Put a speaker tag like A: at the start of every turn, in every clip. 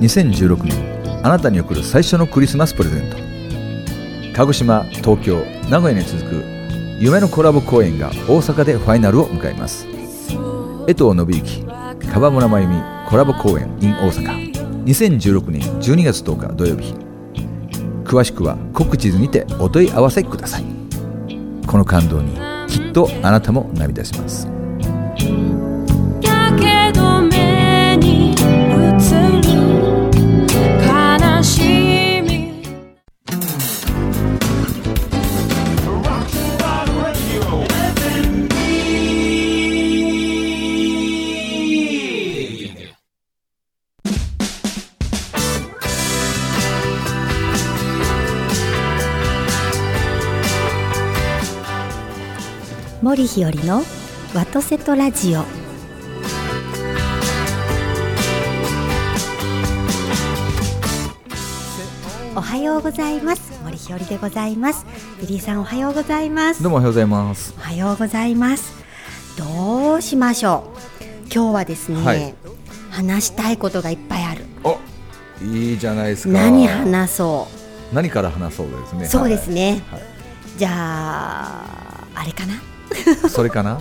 A: 2016年あなたに贈る最初のクリスマスプレゼント鹿児島東京名古屋に続く夢のコラボ公演が大阪でファイナルを迎えます江藤信之川村真由美コラボ公演 in 大阪2016年12月10日土曜日詳しくは告知図にてお問い合わせくださいこの感動にきっとあなたも涙します
B: だけど目に映る悲しみ
C: 森日和のワトセトラジオおはようございます森日和でございますビリーさんおはようございます
A: どうもおはようございます
C: おはようございますどうしましょう今日はですね、
A: はい
C: 話したいことがいっぱいある
A: おいいじゃないですか
C: 何話そう
A: 何から話そうですね
C: そうですね
A: はい
C: じゃああれかな
A: はいそれかな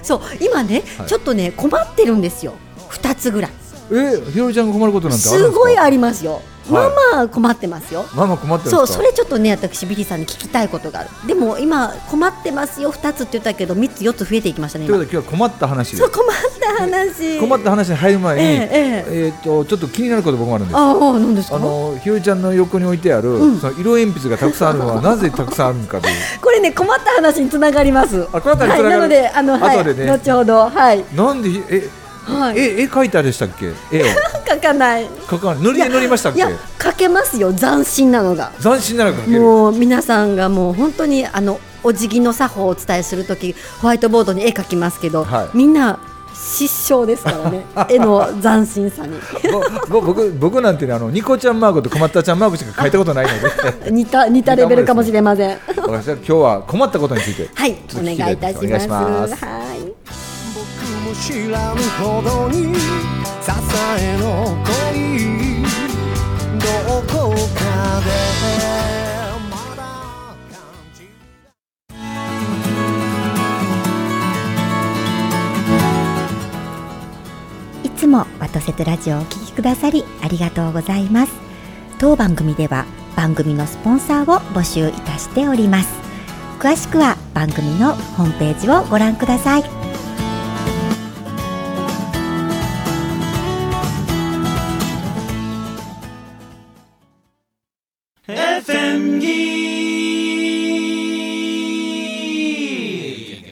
C: そう今ね、
A: はい
C: ちょっとね困ってるんですよ2つぐらい
A: えひろりちゃんが困ることなんてあるんですすか
C: ごいありますよ、
A: はい
C: まあまあ困ってますよ
A: ママ困ってるんです
C: そ
A: か
C: うそれちょっとね私ビリーさんに聞きたいことがあるでも今困ってますよ2つって言ったけど3つ4つ増えていきましたね
A: ということ
C: 今
A: で今日は困った話です
C: そう困った話
A: 困った話に入る前に、
C: え
A: え
C: ええ
A: ーとちょっと気になること僕もあるんです
C: ああ何ですか
A: あのひろりちゃんの横に置いてある、その色鉛筆がたくさんあるの はなぜたくさんあるのかという
C: これね困った話につながります
A: あ困った話
C: は
A: に
C: い、
A: つなが
C: な
A: る
C: のであの、はい
A: 後でね
C: 後ほどはい
A: なんでえ、
C: はい
A: え絵描いてあれでしたっけ絵を
C: 書かない
A: 描かない塗り絵塗りましたっ
C: い
A: け
C: や書けますよ斬新なのが
A: 斬新なら描ける
C: もう皆さんがもう本当にあのお辞儀の作法をお伝えするときホワイトボードに絵描きますけど、
A: はい
C: みんな失笑ですか らね絵の斬新さに
A: ぼぼ僕僕なんてねあのニコちゃんマークと困ったちゃんマークしか書いたことないので
C: 似た似たレベルかもしれません
A: 私は今日は困ったことについて
C: はい
A: ち
C: お
A: ょっと
C: 願
A: 聞き
C: いい
A: たい
C: た
A: で
C: し
A: す
C: ます
A: お願いします
C: はい
D: 僕も知らぬほどに支えの恋どこかでまだ感じ
C: いつもワトセトラジオをお聞きくださりありがとうございます。当番組では番組のスポンサーを募集いたしております。詳しくは番組のホームページをご覧ください。
D: FM ギー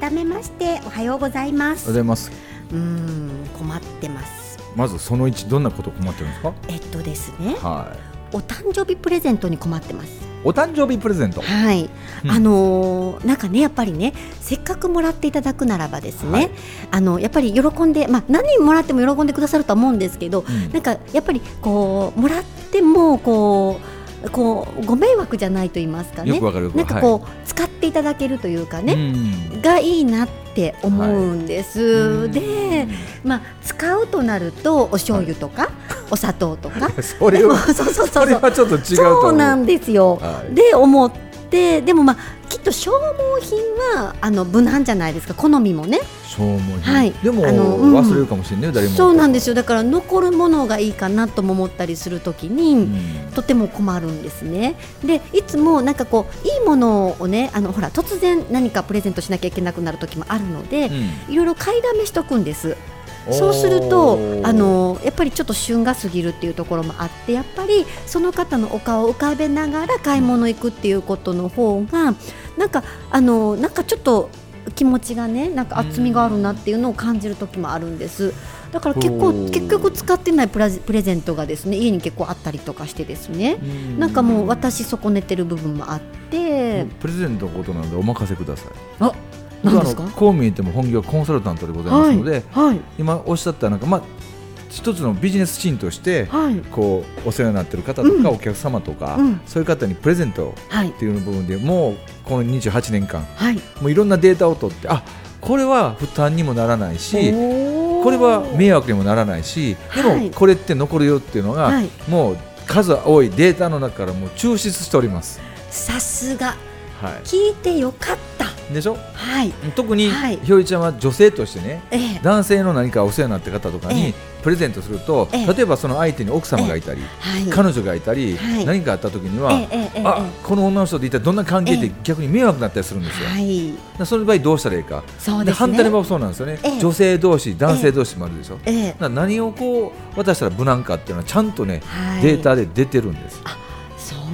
C: 改めましておはようございま
A: お
C: す。
A: はようございます
C: うーん困ってます。
A: まずその1どんなこと困ってるんですか
C: えっとですね、
A: はい
C: お誕生日プレゼントに困ってます。
A: お誕生日プレゼント
C: はい、
A: うん
C: あのーなんかねやっぱりねせっかくもらっていただくならばですね、
A: はい
C: あのやっぱり喜んで、まあ、何もらっても喜んでくださるとは思うんですけど、
A: ん
C: なんかやっぱりこうもらってもこうこうご迷惑じゃないと言いますか
A: よ
C: ね
A: くわかるよくわ
C: なん
A: か
C: か
A: る
C: こう、使っていただけるというか
A: う
C: ね、
A: ん
C: がいいなって思うんです、で、まあ、使うとなるとお醤油とか、お砂糖とか
A: そ
C: で
A: れ
C: も
A: は
C: そうそ
A: そ
C: うそ
A: う
C: そ
A: れ
C: う
A: はちょっと違うと思う
C: そうなんですよ、
A: はい
C: で思ってでもまあきっと消耗品はあの無難じゃないですか好みもね
A: そう思う、
C: はい
A: でも、
C: あのうん
A: 忘れるかもしれないよ誰も
C: そうなんです
A: よ、
C: よだから残るものがいいかなとも思ったりするときに、
A: うん
C: とても困るんですね。でいつもなんかこういいものをねあのほら突然何かプレゼントしなきゃいけなくなる時もあるので、いろいろ買いだめしとくんです。
A: ん
C: そうすると
A: おー
C: あのやっぱりちょっと旬が過ぎるっていうところもあってやっぱりその方のお顔を浮かべながら買い物行くっていうことの方がなんかあのなんかちょっと気持ちがねなんか厚みがあるなっていうのを感じる時もあるんです。だから結
A: お
C: 構
A: ー
C: 結局使ってないプラゼプレゼントがですね家に結構あったりとかしてですね。
A: う
C: なんかもう私損ねてる部分もあって、
A: プレゼントのことなんでお任せください
C: あなんですか
A: 僕あのこう見えても本業コンサルタントでございますので、
C: はい
A: 今おっしゃったなんかまあ一つのビジネスシーンとして
C: はい
A: こうお世話になってる方とか、
C: うん
A: お客様とか、
C: うん
A: そういう方にプレゼント
C: はい
A: っていう部分でもうこの28年間
C: はい
A: もういろんなデータを取ってあこれは負担にもならないし
C: こ
A: これは迷惑にもならないしで
C: は
A: も
C: い
A: これって残るよっていうのが、
C: はい
A: もう数多いデータの中からもう抽出しております。
C: さすが
A: は
C: 聞いてよかった
A: い、でしょ
C: はい
A: 特に、
C: はい
A: ひよりちゃんは女性としてね
C: ええ
A: 男性の何かお世話になった方とか
C: え
A: に
C: え
A: プレゼントすると、
C: ええ
A: 例えばその相手に奥様がいたり、
C: はい
A: 彼女がいたり、
C: はい
A: 何かあった時には、
C: ええええええ
A: あこの女の人と一体どんな関係って
C: ええ
A: 逆に迷惑になったりするんですよ、
C: はい
A: だからその場合どうしたらいいか
C: そうですね
A: 反対の場合もそうなんですよね、
C: ええ
A: 女性同士男性同士もあるでしょ、
C: ええ
A: だから何をこう渡したら無難かっていうのはちゃんとね、
C: はい
A: データで出てるんです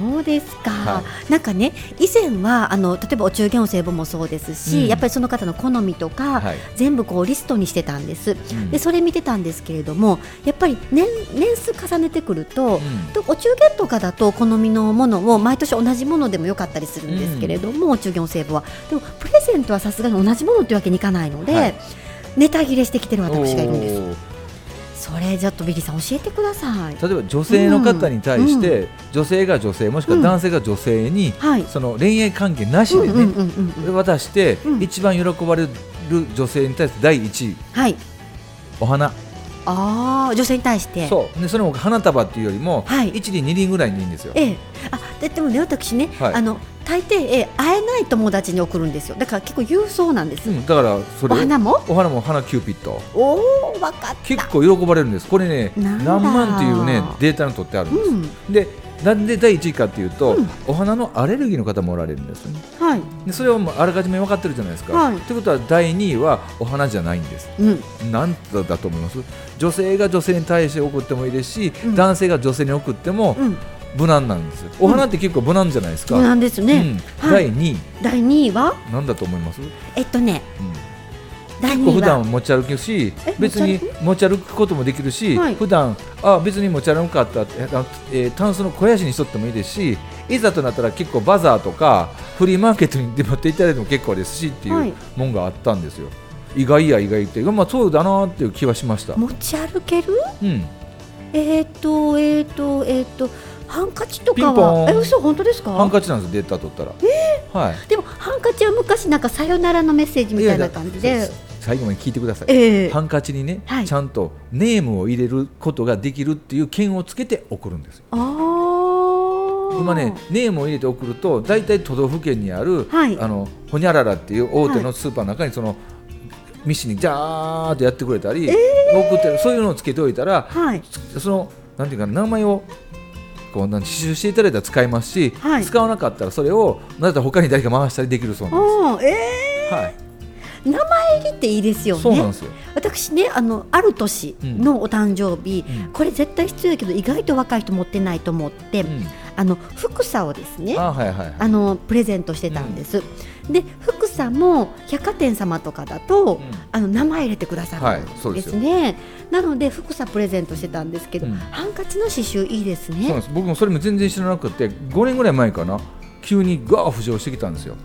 C: そうですか、
A: は
C: なんかね以前はあの例えばお中元お歳暮もそうですし、
A: うん
C: やっぱりその方の好みとか、
A: はい
C: 全部こうリストにしてたんです、
A: うん
C: でそれ見てたんですけれどもやっぱり年年数重ねてくる
A: う
C: と、
A: ん
C: とお中元とかだと好みのものを毎年同じものでもよかったりするんですけれども、お中元お歳暮はでもプレゼントはさすがに同じものというわけにいかないので、
A: はい
C: ネタ切れしてきてる私がいるんです
A: おー
C: それちょっとビリーさん教えてください
A: 例えば女性の方に対して、女性が女性もしくは男性が女性に、
C: はい
A: その恋愛関係なし
C: うん
A: で
C: うん
A: ね、
C: うんうんうん
A: 渡して、
C: うん
A: 一番喜ばれる女性に対して第1位
C: はい
A: お花
C: ああ女性に対して
A: そうでそれも花束っていうよりも、
C: はい
A: 1輪2輪ぐらいでいいんですよ
C: ええ、あででもね私ね、
A: はい
C: あの大抵、ええ会えない友達に送るんですよだから結構郵送なんです、
A: うんだからそれ
C: お花も
A: お花も花キューピッド
C: おお分かった
A: 結構喜ばれるんですこれね
C: なんだ
A: 何万っていうねデータにとってあるんです、
C: うん
A: でなんで第1位かっていうと、
C: うん
A: お花のアレルギーの方もおられるんですよね
C: はい
A: でそれはもうあらかじめ分かってるじゃないですか、
C: はい
A: ってことは第2位はお花じゃないんです
C: うん
A: なんだだと思います女性が女性に対して送ってもいいですし、
C: うん
A: 男性が女性に送っても
C: うん
A: 無難なんですよお花って結構無難じゃないですか、
C: そうなんです
A: うん
C: ね、は
A: 第
C: い
A: 2位
C: 第2位は
A: なんだと思います、うん
C: えっとね第
A: 結構
C: 2
A: 普
C: 位
A: 段
C: は
A: 持ち歩くし
C: え
A: 別に
C: 持
A: 持ち歩くこともできるし、
C: はい
A: 普段あ別に持ち歩かったって、えあえー、タンスの肥やしにしとってもいいですしいざとなったら結構バザーとかフリーマーケットに出回っていただいても結構ですしって
C: はいいう
A: もんがあったんですよ、意外や意外っていうかまあそうだなっていう気はしました、
C: 持ち歩ける
A: うん、
C: えーっとえーっとえーっとハンカチとか
A: ピンポ
C: は
A: ン
C: え嘘本当ですか
A: ハンカチなんですよデータ取ったら、はい
C: でもハンカチは昔なんかさよならのメッセージみたいな感じ
A: いやいや
C: で
A: そうです最後まで聞いてください、
C: ええ
A: ハンカチにね、
C: はい
A: ちゃんとネームを入れることができるっていう券をつけて送るんですよ
C: ああ
A: 今ねネームを入れて送ると大体都道府県にある、
C: はい
A: あのほにゃららっていう大手のスーパーの中にその、ミシンにジャーっとやってくれたり、送ってそういうのをつけておいたら、
C: はい
A: そのなんていうかな名前をこうなん刺繍していただいたら使えますし、
C: はい
A: 使わなかったらそれをなんだったら他に誰か回したりできるそうなんで
C: あーえ
A: す。はい
C: ー名前入りっていいですよね
A: そうなんですよ。
C: 私ねあのある年のお誕生日、
A: うんうん
C: これ絶対必要やけど意外と若い人持ってないと思って、
A: うん
C: あの福さをですねあ
A: あはいはいはい。
C: のプレゼントしてたんです、で福さも百貨店様とかだと、
A: うん
C: あの名前入れてくださ
A: はい
C: る
A: そうんで
C: ですす
A: よ
C: ね、なので福さプレゼントしてたんですけど、
A: うん
C: ハンカチの刺繍いいです
A: そうなん
C: ね
A: です僕もそれも全然知らなくて5年ぐらい前かな急にガーッ浮上してきたんですよ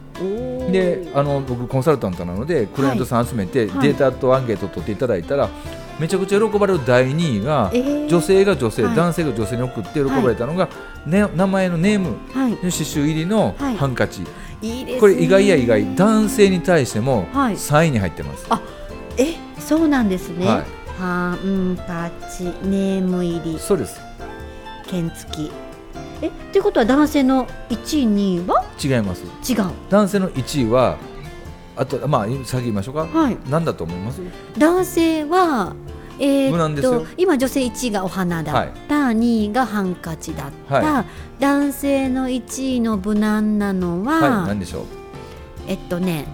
A: であの僕コンサルタントなのでクライアントさん集めてデ
C: は
A: ー
C: い
A: タとアンケート取っていただいたら、めちゃくちゃ喜ばれる第2位が、
C: えー
A: 女性が女性、
C: はい
A: 男性が女性に送って喜ばれたのが、ね、名前のネームの
C: はい
A: 刺繍入りの
C: はい
A: ハンカチ、
C: いいですね
A: これ意外や意外男性に対しても
C: はい
A: 3位に入ってます、
C: えそうなんですね、
A: はい
C: ハンカチネーム入り
A: そうです
C: 剣付きえっていうことは男性の1位2位は
A: 違います
C: 違う
A: 男性の1位はあとまあ先言いましょうか、
C: はい
A: 何だと思います
C: 男性はえーっと
A: 無難ですよ
C: 今女性1位がお花だった、2位がハンカチだった、
A: は
C: 男性の1位の無難なのは、
A: はい、何でしょう。
C: えっとね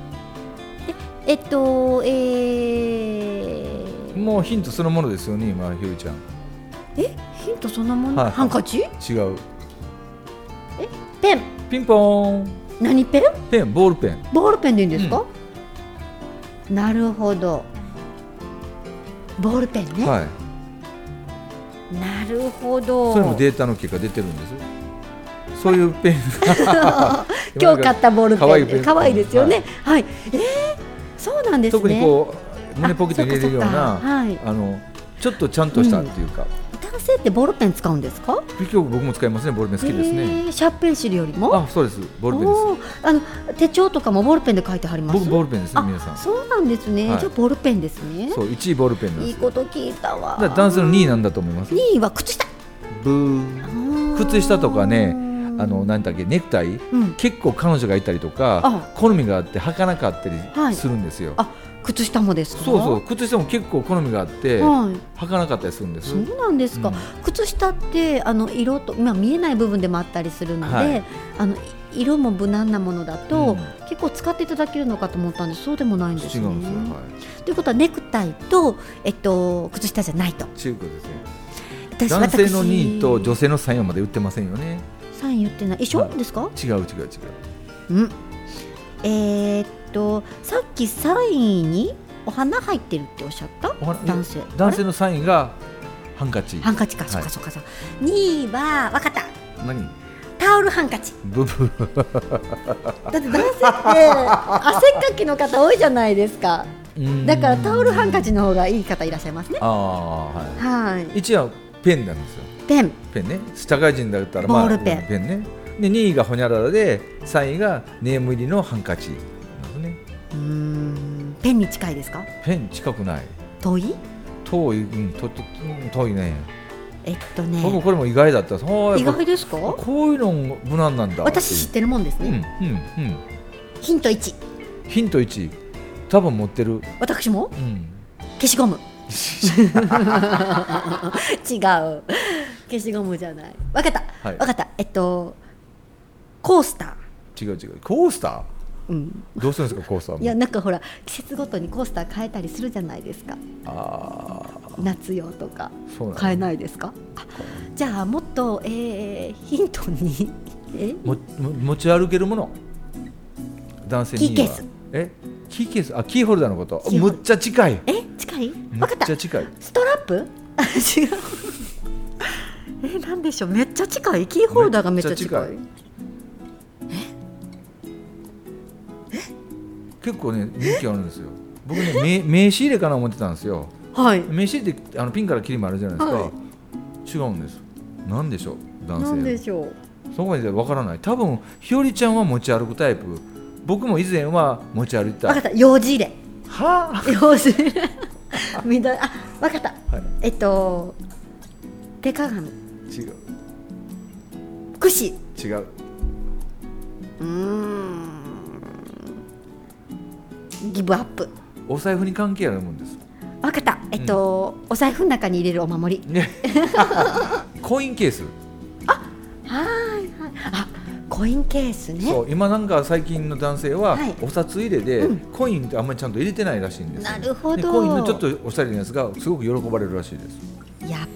C: ええっとえー、
A: もうヒントそのものですよね、今ひろちゃん。
C: えヒントそのもの、
A: はい
C: ハンカチ
A: 違う。
C: ペン
A: ピンポーン。
C: 何ペン
A: ペン、ボールペン。
C: ボールペンでいいんですか、なるほどボールペンね、
A: はい。
C: なるほど
A: それもデータの結果出てるんですよ。そういうペン。
C: 今日買ったボール
A: 可愛い
C: ペン
A: ペン
C: で可愛いですよねはい、えー、そうなんですね
A: 特にこう胸ポケットに入れるよう
C: あそっかそっか
A: な
C: はい
A: あのちょっとちゃんとしたっていうか、
E: 男性ってボールペン使うんですか
A: 結局僕も使いますねボールペン好きですね、
E: へーシャープペンシルよりも
A: あそうですボールペンです
E: おーあの手帳とかもボールペンで書いてはります
A: 僕ボールペンですね
E: あ
A: 皆さんそ
E: そうなんですね、
A: はい
E: じゃあボールペンですね
A: う1位ボールペンなん
E: い
A: で
E: い
A: すよ
E: こと聞いたわ
A: だから男性の2位なんだと思います
E: 2位は靴下
A: ブー靴下とかねあの何だっけネクタイ
E: うん
A: 結構彼女がいたりとか
E: あ
A: 好みがあって履かなかった
E: は
A: り
E: い
A: するんですよ、
E: あ靴下もですか
A: そうそう靴下も結構好みがあって履
E: はい
A: かなかったりするんです、
E: そうなんですか、
A: うん
E: 靴下ってあの色と、まあ、見えない部分でもあったりするので、
A: はい
E: あのい色も無難なものだ
A: う
E: と、
A: ん
E: 結構使っていただけるのかと思ったんですそうでもないんです
A: 違
E: ね。
A: うんですよはい
E: ということはネクタイと、えっと、靴下じゃないと
A: 中古ですね
E: 私
A: 男性の
E: 私
A: 2位と女性の3位はまだ売ってませんよね
E: サイン言ってない一緒
A: はい
E: ですか、
A: 違う違う違う
E: うんえーっとさっきサインにお花入ってるっておっしゃった
A: お花
E: 男性
A: 男性の3位がハンカチ
E: ハンカチか、
A: はい
E: そっかそっかそっか2位はわかった
A: 何
E: タオルハンカチ
A: ブブー
E: だって男性って汗っかきの方多いじゃないですかだからタオルハンカ
A: チ
E: チの方がいい方いらっしゃいますね
A: ああは
E: はい
A: い1位はペンなんですよ
E: ペン
A: ペンね社会人だったらまあ
E: ボールペン
A: ねで2位がほにゃららで3位がネーム入りのハンカチなんですね
E: うーんペンに近いですか
A: ペン近くない
E: 遠い
A: 遠い、うん、ととうん遠いね
E: えっと
A: 僕
E: ね
A: これも意外だったそう
E: 意
A: やっぱ
E: 外ですか
A: こういうのも無難なんだ
E: 私知ってるもんです
A: うん
E: ね、
A: うんうん
E: ヒント1
A: ヒント1多分持ってる、
E: 私も
A: うん、
E: 消し ゴム違う消しゴムじゃないわかった、
A: はい
E: わかったえっとコースター
A: 違う違うコースタ
E: うん、
A: ーどうするんですかコースターも
E: いやなんかほら季節ごとにコースター変えたりするじゃないですか
A: あ
E: 夏用とか
A: ーそうなんだ
E: 変えないですかあじゃあもっと、えー、ヒントに え
A: もも持ち歩けるもの男性には
E: キーケース
A: えキーケースあキーホルダーのこと
E: キーホ
A: む
E: ルダー
A: っちゃ近い
E: え近い
A: む
E: わ
A: っ
E: かった
A: ちゃ近い
E: ストラップ あ違うえなんでしょうめっちゃ近いキーホルダーがめっちゃ近
A: め
E: い
A: っちゃ近結構ね人気あるんですよ僕ね名名刺入れかな思ってたんですよ
E: はい
A: 名刺入れってあのピンからキリもあるじゃないですか、
E: は
A: 違うんですなんでしょう男
E: なん
A: 性
E: でしょう
A: そこまでわからない多分ひよりちゃんは持ち歩くタイプ僕も以前は持ち歩いてた
E: わかった用事入れ
A: はあ
E: 用事 入れみだあわかった
A: は
E: えっと手鏡
A: い違う
E: 櫛
A: 違う
E: うーんギブアップ
A: お財布に関係あるもん です
E: わかったえっと、お財布の中に入れるお守り
A: ねコインケース
E: はーいはいあコインケースね
A: そう今なんか最近の男性は
E: はい
A: お札入れで
E: うん
A: コインってあんまりちゃんと入れてないらしいんですよ
E: なるほど
A: でコインのちょっとおしゃれなやつがすごく喜ばれるらしいです
E: やっ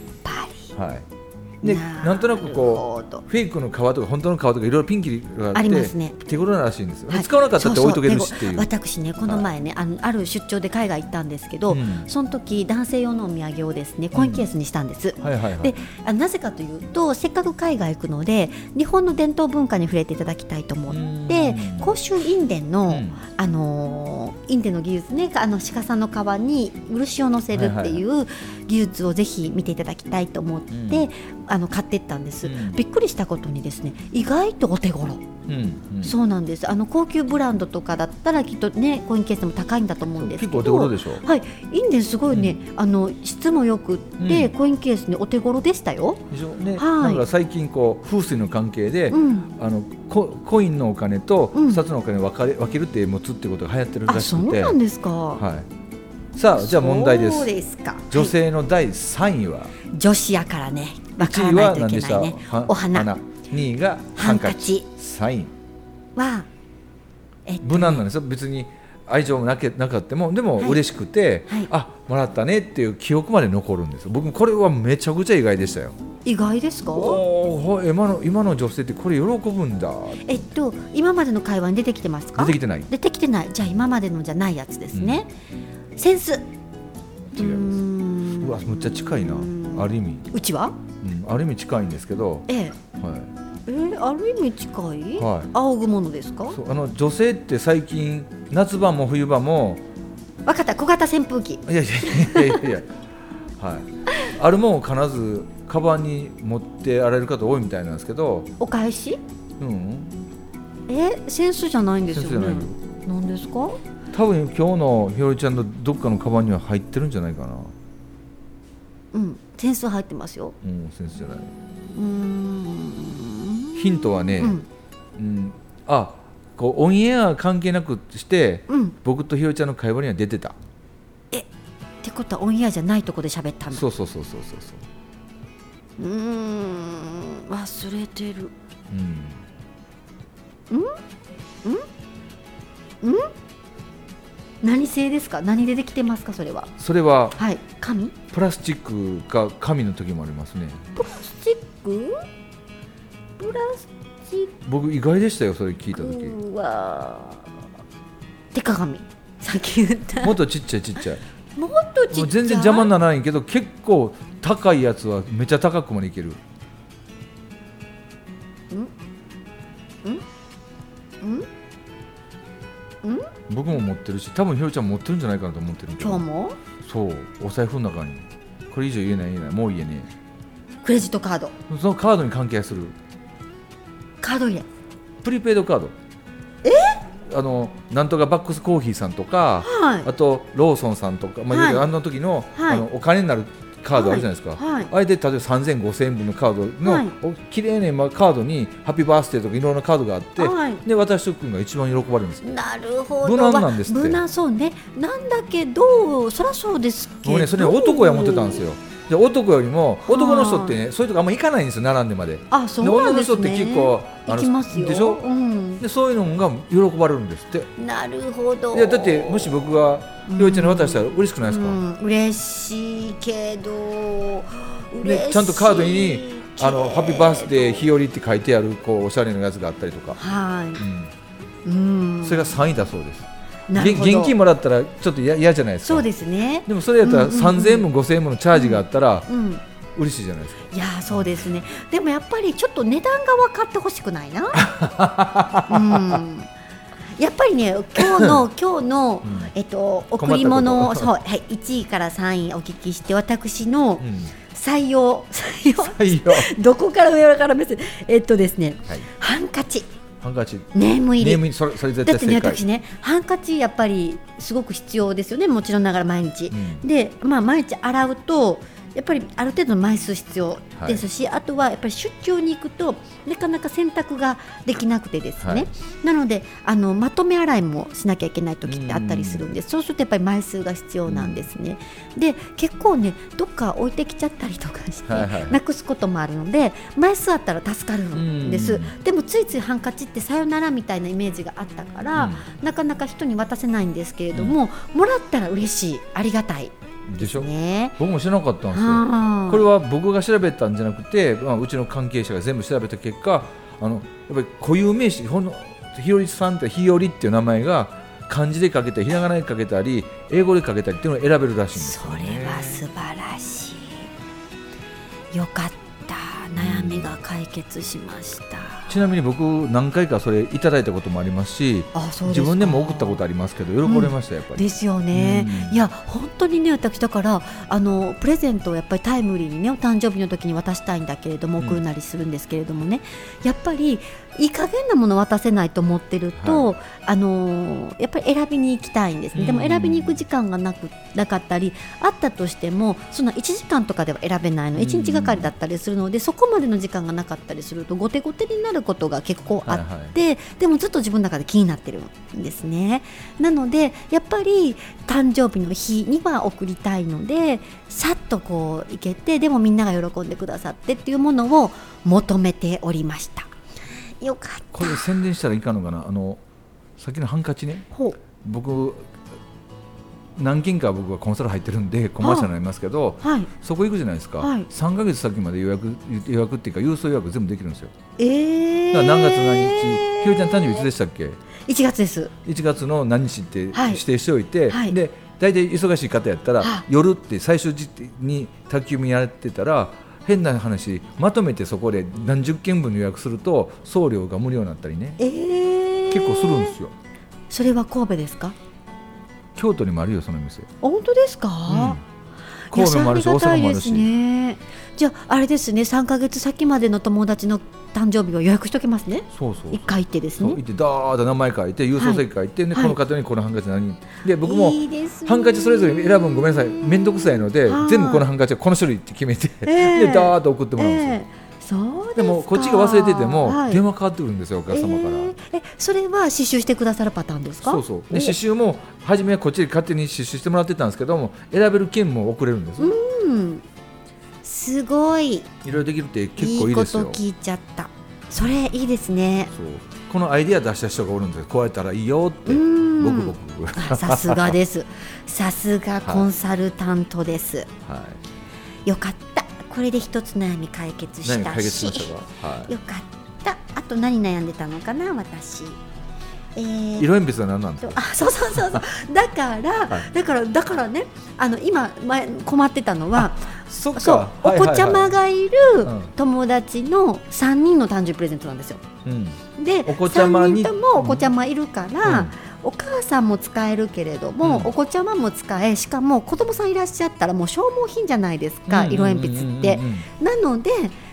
E: ぱ
A: はい
E: り
A: でなんとなくこ
E: う
A: うフェイクの皮とか本当の皮とかいろいろピンキリがあって
E: ありますね
A: 手頃ならしいんですよ、使わなかったって置いとけるしっていう
E: 私ねこの前ね、あのある出張で海外行ったんですけど、
A: うん
E: その時男性用のお土産をですねコインケースにしたんです、
A: はいはいはい
E: であなぜかというとせっかく海外行くので日本の伝統文化に触れていただきたいと思って
A: うん
E: 甲州印伝の、
A: うん
E: あのー印伝の技術ねあの鹿さんの皮に漆をのせるっていう技術をぜひ見ていただきたいと思って、
A: うん
E: あの買ってったんです、
A: うん
E: びっくりしたことにですね意外とお手頃
A: うんうん
E: そうなんですあの高級ブランドとかだったらきっとねコインケースでも高いんだと思うんですけ
A: 結
E: ど
A: 構お手頃でしょ
E: はい、インデンすごいね、あの質もよくって、
A: うん
E: コインケースねお手頃でしたよ。
A: でしょね、
E: はい
A: だから最近こう風水の関係で、
E: うん、
A: あのココインのお金と
E: うん
A: 札のお金を分かれ分けるって持つってことが流行ってるら
E: あ、
A: し
E: そ
A: く
E: う
A: て、
E: なんですか。
A: はい、さあじゃあ問題で
E: そ
A: す
E: うですか。
A: 女性の第3位は、
E: はい女子やからね、わか
A: 1位
E: ら
A: は
E: な
A: い
E: とい
A: 何
E: け
A: でし
E: な
A: た
E: いね。
A: は
E: お花
A: 2位がハンカチ3位
E: は、えっと
A: 無難なんですよ別に愛情もなけなかったもでも
E: はい
A: 嬉しくて、
E: はい
A: あもらったねっていう記憶まで残るんですよ僕これはめちゃくちゃ意外でしたよ
E: 意外ですか。
A: おお今の今の女性ってこれ喜ぶんだ
E: えっと今までの会話に出てきてますか。
A: 出てきてない
E: 出てきてない。じゃあ今までのじゃないやつですね。センス。
A: 違いますうわむっちゃ近いな
E: うん
A: ある意味、
E: うちは？
A: うん、ある意味近いんですけど、
E: ええ。
A: はい、
E: えー、ある意味近い、
A: はい
E: 仰ぐものですか
A: そうあの女性って最近夏場も冬場も
E: わかった小型扇風機
A: いやいやいやいやいやはい、あるもんを必ずカバンに持ってあられる方多いみたいなんですけど、
E: お返し
A: うん、
E: えセンスじゃないんですよ
A: セン
E: ね
A: スじ
E: なんですか
A: 多分今日のひよりちゃんのどっかのカバンには入ってるんじゃないかな、
E: うんセンス入ってますよ
A: うん、センスじゃない。
E: うーん
A: ヒントはね、
E: う
A: うんんあこうオンエア関係なくして、
E: うんっ
A: 僕とひよりちゃんの会話には出てた、
E: てことはオンエアじゃないとこで喋ったんだ
A: そうそうそうそうそうそう。
E: うーん忘れてる何製ですか何でできてますかそれは
A: それは
E: はい紙プ
A: プラスチックか紙の時もありますね
E: ラスチックプラスチ
A: 僕意外でしたよそれ聞いた時
E: ックは手鏡さっき言った
A: もっとちっちゃいちっちゃい
E: もっとちっちゃい
A: もう全然邪魔にならないけど結構高いやつはめちゃ高くまでいける僕も持ってるし多分ひろちゃん持ってるんじゃないかなと思ってるけど
E: 今日も
A: そうお財布の中にこれ以上言えない言えないもう言えね
E: クレジットカード
A: えそのカードに関係する
E: カード入れ
A: プリペイドカードえあのなんとかバックスコーヒーさんとか、
E: はい
A: あとローソンさんとか、まあ
E: はい
A: いわゆるあの時の,、
E: はい
A: あのお金になるカードあるじゃないですか、
E: はいはい
A: あれで例えば3000、5000円分のカードの、
E: はい
A: お綺麗なまあカードにハッピーバースデーとかいろんなカードがあって、
E: はい
A: で渡しとくのが一番喜ばれるんですよ。
E: なるほど
A: 無難なんですって
E: 無難そうねなんだけどそらそうですけど
A: 僕ね、それね男や思ってたんですよ。で男よりも
E: い
A: 男の人ってね、そういうとこあんま行かないんですよ、並んでまで。
E: あそうなんですね
A: で女の人って結構あ
E: 行
A: の
E: きますよ
A: でしょ
E: うん、
A: でそういうのが喜ばれるんですって。
E: なるほど
A: いやだってもし僕が両ちゃんに渡したら嬉しくないですか、
E: うん嬉しいけど嬉し
A: で
E: い
A: ちゃんとカードに「あのハッピーバースデー
E: ー
A: 日和」って書いてあるこうおしゃれなやつがあったりとか、
E: は
A: う
E: いうん
A: ん、それが3位だそうです
E: な
A: げ
E: るほど
A: 現金もらったらちょっとや嫌じゃないですか
E: そうですね
A: でもそれやったら
E: うんうんうん
A: 3000円も5000円ものチャージがあったら
E: うん
A: 嬉しいじゃないですか、
E: いやーそうですねでもやっぱりちょっと値段が分かってほしくない なうんやっぱりね今日 の今日の、
A: うん
E: えっと贈り物
A: 困
E: を
A: った
E: そ
A: こ
E: う、
A: と
E: はい、1位から3位お聞きして私の
A: うん、
E: 採用採用
A: はいよ、
E: どこから上から目線えっとですね
A: はい、
E: ハンカチ
A: ハンカチ
E: ネーム入り
A: ネームにそれそれ絶対
E: だってね
A: 正解
E: 私ねハンカチやっぱりすごく必要ですよねもちろんながら毎日、
A: う
E: で、まあ、毎日洗うとやっぱりある程度の枚数必要
A: はい
E: ですし、あとはやっぱり出張に行くとなかなか洗濯ができなくてですね、
A: はい
E: なのであのまとめ洗いもしなきゃいけない時ってあったりするんですそうするとやっぱり枚数が必要なんですね、で結構ねどっか置いてきちゃったりとかして、
A: はいはい
E: なくすこともあるので枚数あったら助かるんです、
A: うん
E: でもついついハンカチってさよならみたいなイメージがあったから、なかなか人に渡せないんですけれども、もらったら嬉しいありがたい
A: でしょ
E: ね。
A: 僕も知らなかったんですよ
E: はあ
A: これは僕が調べたんじゃなくて、まあ、うちの関係者が全部調べた結果あのやっぱり固有名詞ほんのひよりさんってひよりっていう名前が漢字で書けたりひらがなで書けたり英語で書けたりっていうのを選べるらしいんです
E: そ
A: よ、ね、
E: れは素晴らしいよかった悩みが解決しました、
A: ちなみに僕何回かそれいただいたこともありますし
E: あそうで
A: 自
E: すか
A: 分でも送ったことありますけど喜ばれました、やっぱり
E: ですよね、
A: うん
E: いや本当にね私だからあのプレゼントをやっぱりタイムリーにねお誕生日の時に渡したいんだけれども
A: うん
E: 送るなりするんですけれどもね、やっぱりいい加減なもの渡せないと思ってると、あのーやっぱり選びに行きたいんですね、でも
A: うん
E: 選びに行く時間がなくなかったりあったとしてもその1時間とかでは選べないの
A: うん
E: 1日がかりだったりするので、そこまでの時間がなかったりすると後手後手になることが結構あって。
A: はいはい
E: ででもずっと自分の中で気になってるんですねなのでやっぱり誕生日の日には送りたいのでさっとこういけてでもみんなが喜んでくださってっていうものを求めておりましたよかった
A: これ宣伝したらいかんのかなあのさっきのハンカチね
E: ほう
A: 僕何件か僕はコンサル入ってるんでコマーシャルになりますけど、
E: はい
A: そこ行くじゃないですか、
E: はい
A: 3か月先まで予約予約っていうか郵送予約全部できるんですよ
E: え
A: だ
E: ー、
A: から何月何日、ひよりちゃん誕生日いつでしたっけ
E: 1月です
A: 1月の何日って指
E: はい
A: 定しておいて、
E: はい
A: で大体忙しい方やったら、
E: はい
A: 夜って最終時に宅急便やってたら変な話まとめてそこで何十件分の予約すると送料が無料になったりね
E: えー、
A: 結構するんですよ
E: それは神戸ですか
A: 京都にもあるよその店、
E: あ本当です
A: うん
E: か、
A: 神戸もあるし
E: いや
A: 大
E: それあ
A: 阪
E: り
A: もある
E: がたいです
A: し、
E: ねじゃああれですね三ヶ月先までの友達の誕生日を予約しときますね
A: そうそう
E: 一回行ってです
A: そう行
E: ね
A: ってダーッと名前書いて郵送席書いて、で
E: はい
A: この方にこのハンカチ何で僕も
E: いいですね
A: ハンカチそれぞれ選ぶんごめんなさい面倒くさいので
E: はい
A: 全部このハンカチはこの種類って決めて、
E: ええ
A: でダーッと送ってもらうんですよ、
E: ええそうです
A: で
E: か
A: もこっちが忘れてても、
E: はい
A: 電話かかってくるんですよお客様から、
E: えーえそれは刺繍してくださるパターンですか
A: そうそうで
E: お
A: 刺繍も初めはこっちで勝手に刺繍してもらってたんですけども選べる券も送れるんですよ
E: うんすごい
A: いろいろできるって結構い
E: い
A: い
E: いこ
A: です
E: と
A: よ
E: 聞いちゃったそれいいですね
A: そうこのアイディア出した人がおるんでこうやったらいいよって
E: う
A: 僕
E: ん
A: 僕僕はい
E: あさすがですさすがコンサルタントです、よかったこれで一つ悩み解決し
A: 何
E: た
A: か解
E: し
A: 決しましたかはい
E: よかったあと何悩んでたのかな私えー
A: 色鉛筆は何なんです
E: と
A: か
E: あそうそうそうそうだから、
A: はい
E: だからだからねあの今前困ってたのは
A: そっか
E: そう、
A: はい
E: お
A: はいはい
E: 子ちゃまがいる
A: うん
E: 友達の3人の誕生日プレゼントなんですよ
A: うん
E: で
A: お子ちゃまに
E: 3人ともお子ちゃまいるから、
A: うん
E: お母さんも使えるけれども、
A: うん
E: お子ちゃまも使えしかも子供さんいらっしゃったらもう消耗品じゃないですか、
A: うん
E: 色鉛筆って
A: うんうんうん
E: なので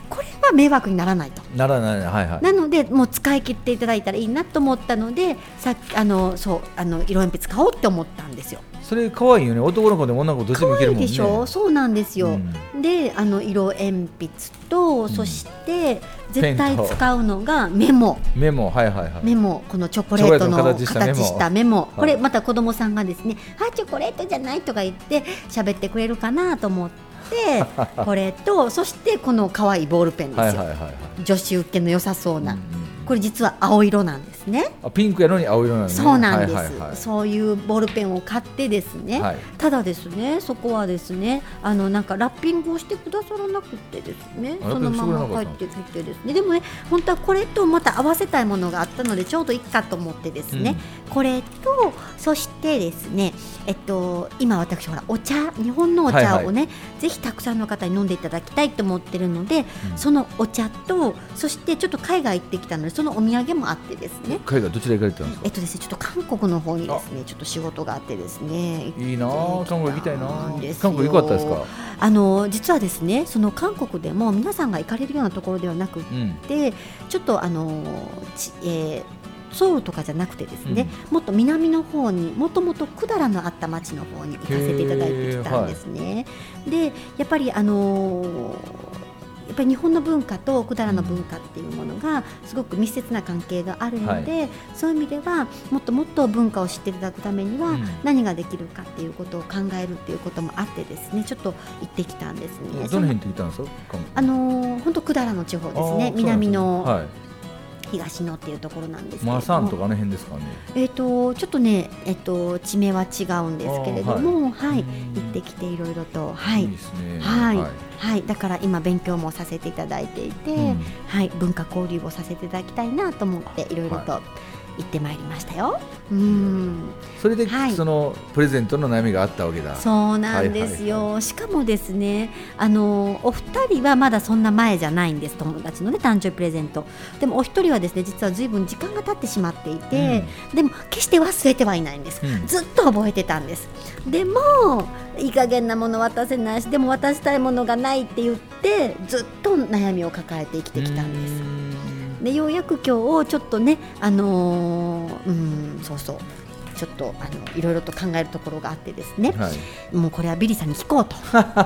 E: これは迷惑にならないと。
A: うんならないはいはい
E: なのでもう使い切っていただいたらいいなと思ったのでさっきあのそうあの色鉛筆買おうって思ったんですよ。
A: それ可愛いよね男の子でも女の子どっちでもいけるもんね
E: でしょ、そうなんですよ。
A: うん
E: であの色鉛筆と、
A: ん
E: そして
A: ペ
E: 絶
A: ンと
E: 対使うのがメモ
A: メモはいはいはい
E: メモこのチョコレートの
A: チョコレートの形し
E: 形
A: たメモ
E: したメモこれ
A: はい
E: また子供さんがですね「あチョコレートじゃない」とか言って喋ってくれるかなと思って これとそしてこの可愛いボールペンですよ、
A: はいはいはいはい
E: 女子受けの良さそうな、
A: うんうん
E: これ実は青色なんですね。
A: あピンクやのに青色なのね
E: そうなんです、
A: はいはいはい
E: そういうボールペンを買ってですね、
A: はい
E: ただですねそこはですねあのなんかラッピングをしてくださらなくてですね
A: あラッ
E: そ
A: ピン
E: の
A: グしてくれなかった
E: ま
A: の
E: ま帰ってきてですねでもね本当はこれとまた合わせたいものがあったのでちょうどいいかと思ってですね、これとそしてですねえっと今私ほらお茶日本のお茶をね、
A: はい
E: ぜひたくさんの方に飲んでいただきたいと思ってるので、
A: うん
E: そのお茶とそしてちょっと海外行ってきたのでそのお土産もあってですね
A: 海外どちら行かれてたんですか
E: えっとですね、ちょっと韓国の方にですね、ちょっと仕事があってですね。
A: いいなあ韓国行きたいなあ
E: 行きたいんです
A: 韓
E: よ
A: 国良かったですか
E: あの実はですね、その韓国でも皆さんが行かれるようなところではなくっ
A: うん
E: て、ちょっとあのちえーソウルとかじゃなくてですね、もっと南の方にもともと百済のあった町の方に行かせていただいてきたんですね。でやっぱりあのやっぱり日本の文化と百済の文化っていうものがすごく密接な関係があるので、そういう意味ではもっともっと文化を知っていただくためには
A: うん
E: 何ができるかっていうことを考えるっていうこともあってですねちょっと行ってきたんですね。
A: どの辺って行ったんですか韓国
E: あの本当百済の地方で
A: あ
E: す
A: ー
E: ね南
A: そう
E: の
A: なんですね
E: 東のっていうところなんですけれ
A: はいマ
E: ど
A: サン
E: も
A: とかあの辺ですかね
E: えー、とちょっとね、えっと地名は違うんですけれども、はい
A: うん
E: 行ってきていろいろと、はい
A: いですね
E: はいはい、だから今、勉強もさせていただいていて、
A: うん
E: はい、文化交流をさせていただきたいなと思っていろいろと行ってまいりましたよ。うん
A: それで
E: はい
A: そのプレゼントの悩みがあったわけだ
E: そうなんですよ、
A: はい
E: しかもですねあのお二人はまだそんな前じゃないんです友達のね誕生日プレゼントでもお一人はですね実はずいぶん時間が経ってしまっていて、でも決して忘れてはいないんです、
A: うん
E: ずっと覚えてたんですでもいい加減なもの渡せないしでも渡したいものがないって言ってずっと悩みを抱えて生きてきたんです
A: す
E: でようやく今日ちょっとねあのーうんそうそうちょっとあのいろいろと考えるところがあってですね、
A: はい
E: もうこれはビリーさんに聞こ うと思っ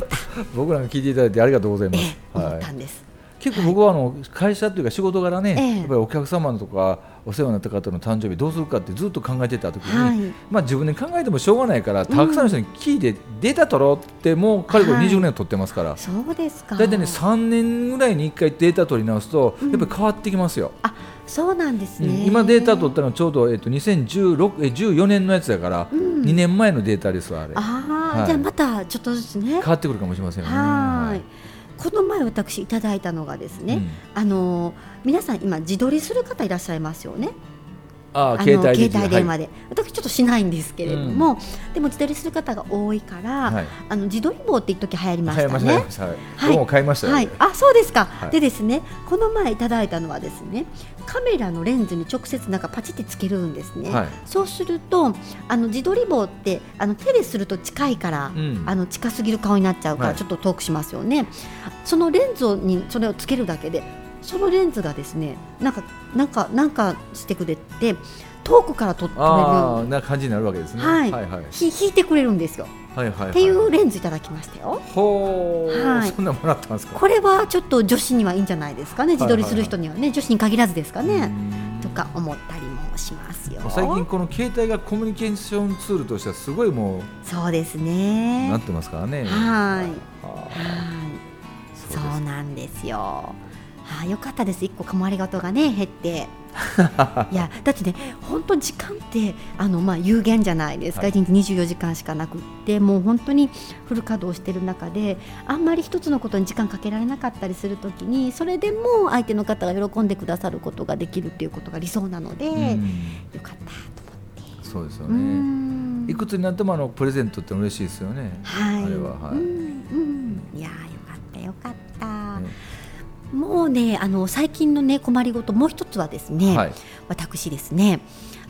E: た、
A: 僕らが聞いていただいてありがとうございま
E: え
A: す
E: え思
A: は
E: った
A: い
E: んです。
A: 結構僕はあの会社というか仕事柄
E: え
A: ね
E: え
A: やっぱりお客様とかお世話になった方の誕生日どうするかってずっと考えてた時
E: はい
A: にまあ自分で考えてもしょうがないからたくさんの人に聞いてデータ取ろうってもう彼これ
E: はい
A: 20年取ってますから
E: そうですか。
A: 大体ね3年ぐらいに1回データ取り直すと
E: うん
A: やっぱり変わってきますよ、
E: あ、そうなんです
A: うん
E: ね。
A: 今データ取ったのはちょうど、えっと2016え14年のやつだから、
E: うん
A: 2年前のデータですわあれ変
E: ああ、
A: はい
E: じゃあまたちょっとずつね。は
A: わってくるかもしれませんよね
E: ーい。この前私いただいたのがです
A: う
E: ね、
A: ん
E: あのー皆さん今自撮りする方いらっしゃいますよね。
A: あ
E: あ
A: あ
E: の
A: 携帯できる
E: 携帯電話で、私ちょっとしないんですけれども、でも自撮りする方が多いから、
A: はい
E: あの自撮り棒って一時流行りま
A: 買
E: し
A: い
E: た
A: ました
E: ね
A: ね。はい
E: はい
A: 僕も買いましたよ
E: はい、あそうですか、
A: はい
E: でですねこの前いただいたのはですねカメラのレンズに直接なんかパチってつけるんですね、
A: はい
E: そうするとあの自撮り棒ってあの手ですると近いから、
A: うん
E: あの近すぎる顔になっちゃうから、
A: はい
E: ちょっと遠くしますよねそのレンズにそれをつけるだけでそのレンズがですねなんかなんかなんかしてくれて遠くから撮ってくれ
A: ああ
E: る
A: な感じになるわけですね
E: はい
A: はいはい
E: ひ引いてくれるんですよ、
A: はいはい
E: っていう
A: はい
E: レンズいただきましたよ
A: ほう
E: はい
A: そんなんもらったんですか
E: これはちょっと女子にはいいんじゃないですかね自撮りする人にはね、女子に限らずですか
A: う
E: ね、
A: ん
E: とか思ったりもしますよ
A: 最近この携帯がコミュニケーションツールとしてはすごいも
E: そうです
A: うなっ
E: ね
A: てますからね
E: はい
A: あ
E: は
A: あ
E: い
A: そ
E: そうう
A: です
E: なんですよはいよかったです一個かまりがとがね減って いやだってね本当時間ってあのまあ有限じゃないですか、
A: はい
E: 一日24時間しかなくってもう本当にフル稼働してる中であんまり一つのことに時間かけられなかったりするときにそれでも相手の方が喜んでくださることができるっていうことが理想なので、
A: うん
E: よかったと思って。
A: そうですよ
E: うー
A: ね
E: ん
A: いくつになってもあのプレゼントって嬉しいですよね
E: はい、
A: あれははい
E: うん、うん、いやー、よかった、よかった。
A: ね
E: もうね、あの最近のね、困りごと、もう一つはですね、
A: はい
E: 私ですね。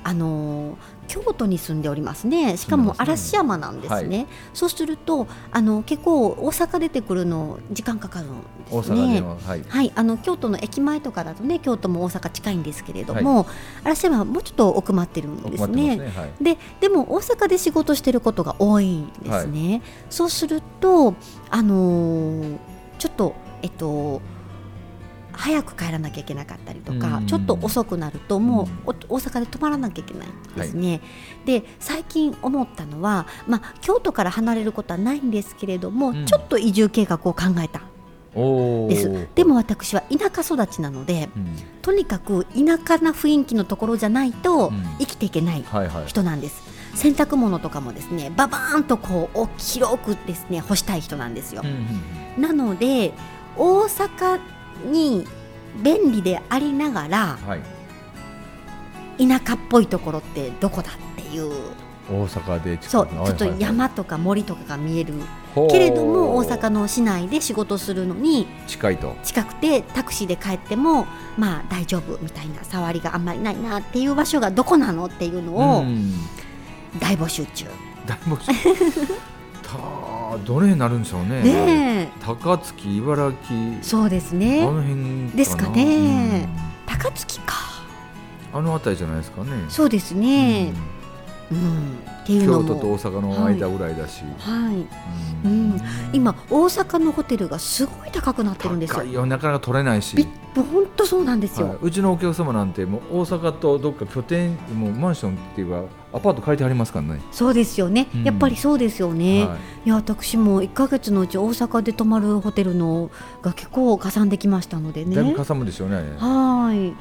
E: あのー京都に住んでおりますね。しかも
A: 住んでますね
E: 嵐山なんですね。
A: は
E: そうすると、あの結構大阪出てくるの時間かかるん
A: 大
E: です
A: 阪
E: ね
A: で。ははい
E: はい、あの京都の駅前とかだとね、京都も大阪近いんですけれども、嵐山はもうちょっと奥まってるん
A: 困って
E: で
A: ますす
E: ね。
A: ねはい
E: ででも大阪で仕事してることが多いんですね、そうするとあのーちょっとえっと早く帰らなきゃいけなかったりとか、
A: うん
E: ちょっと遅くなるともうお大阪で泊まらなきゃいけないんですね、で最近思ったのは、まあ、京都から離れることはないんですけれども、
A: うん
E: ちょっと移住計画を考えた
A: おお
E: ですでも私は田舎育ちなので
A: うん
E: とにかく田舎な雰囲気のところじゃないと
A: うん
E: 生きていけない
A: はいはい
E: 人なんです洗濯物とかもですねババーンとこう広くですね干したい人なんですよ
A: うん、うんうん
E: なので大阪に便利でありながら
A: はい
E: 田舎っぽいところってどこだっていう
A: 大阪で
E: そう
A: 近くの
E: ちょっと
A: はいはいはい
E: 山とか森とかが見える
A: ほう
E: けれども大阪の市内で仕事するのに
A: 近いと
E: 近くてタクシーで帰ってもまあ大丈夫みたいな触りがあんまりないなっていう場所がどこなのっていうの
A: う
E: を
A: ん
E: 大募集中。
A: 大募 集たどの辺になるんでしょうね
E: ねえ
A: 高槻茨城
E: そうですね
A: あの辺な
E: ですかね高槻か
A: うんあの辺りじゃないですかね
E: そうです
A: う
E: ね
A: ん、
E: うんっていうの
A: 京
E: も
A: 都と大阪の間ぐらいだし、
E: はい
A: うん
E: うん今大阪のホテルがすごい高くなってるんです
A: 高い
E: よ
A: よなかなか取れないし
E: び本当そうなんですよ、
A: はいうちのお客様なんてもう大阪とどっか拠点もうマンションっていうかアパート借りてありますからね
E: そうですよね、
A: うん
E: やっぱりそうですよね、
A: はい
E: い、や私も1ヶ月のうち大阪で泊まるホテルのが結構かさんできましたのでね
A: だいぶかさむでしょうね
E: はい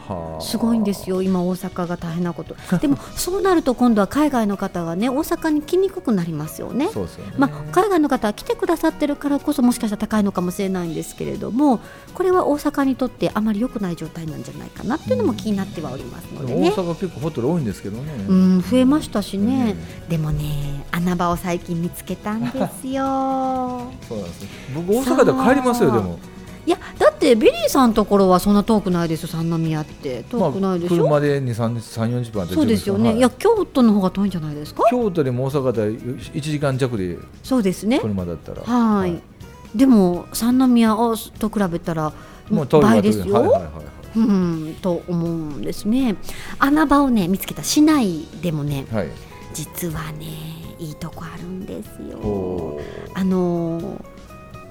A: はあ
E: すごいんですよ今大阪が大変なことでもそうなると今度は海外の方がね大阪に来にくくなりますよね
A: そうですよね
E: まあ、海外の方は来てくださってるからこそもしかしたら高いのかもしれないんですけれどもこれは大阪にとってあまり良くない状態なんじゃないかなっていうのも気になってはおりますの
A: で
E: で
A: も大
E: ね。
A: 阪結構ホテル多いんですけどね
E: うん、増えましたしね、
A: ね
E: でもね穴場を最近見つけたんで すよ
A: そうなんですね僕大阪では帰りますよ
E: そ
A: で
E: う
A: も
E: いやだってビリーさんのところはそんな遠くないですよ三宮って遠くないでしょ、
A: まあ、車で2 3 3 4 0分あって
E: そうですよね、い、や
A: はい
E: 京都の方が遠いんじゃないですか
A: 京都でも大阪で1時間弱で
E: そうですね
A: 車だったら
E: はいでも三宮をと比べたら
A: もう通りは
E: 倍
A: 通り
E: ですよ、
A: はいはいはいはい
E: うんと思うんですね穴場をね見つけた市内でもね
A: はい
E: 実はねいいとこあるんですよ
A: おー
E: あのー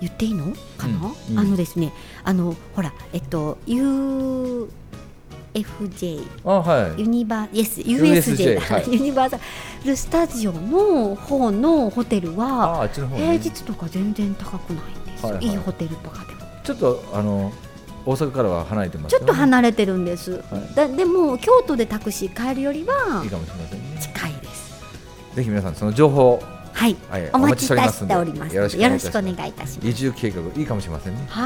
E: 言っていいのか
A: う
E: な、
A: んうん
E: あのですねあのほらえっと UFJ
A: あはい
E: ユニバー yes USJ だ
A: USJ はい
E: ユニバーサル・スタジオの方のホテルは
A: ああっちの方
E: 平
A: ね
E: 日とか全然高くないんですよ、
A: はい
E: い
A: はい
E: い、ホテルとかでも
A: ちょっとあの大阪からは離れてます
E: ち
A: よ
E: ょ
A: ね
E: っと離れてるんです、
A: はい
E: だでも京都でタクシー帰るよりはい
A: いかもしれませんね
E: 近いです
A: ぜひ皆さんその情報を
E: はい
A: はい、
E: お待ちいたしております
A: お
E: の
A: 待ち
E: で
A: してお
E: よ
A: り
E: ろ
A: ますの
E: しくお
A: で
E: 願いいたします
A: 移住計画いいかもしれませんね
E: は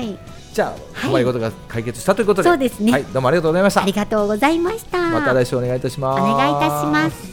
E: ーい
A: じゃあ困りごとが解決したということで、
E: そうですね
A: はい、どうもありがとうございました
E: ありがとうございました
A: また来週お願いいたします
E: お願いいたします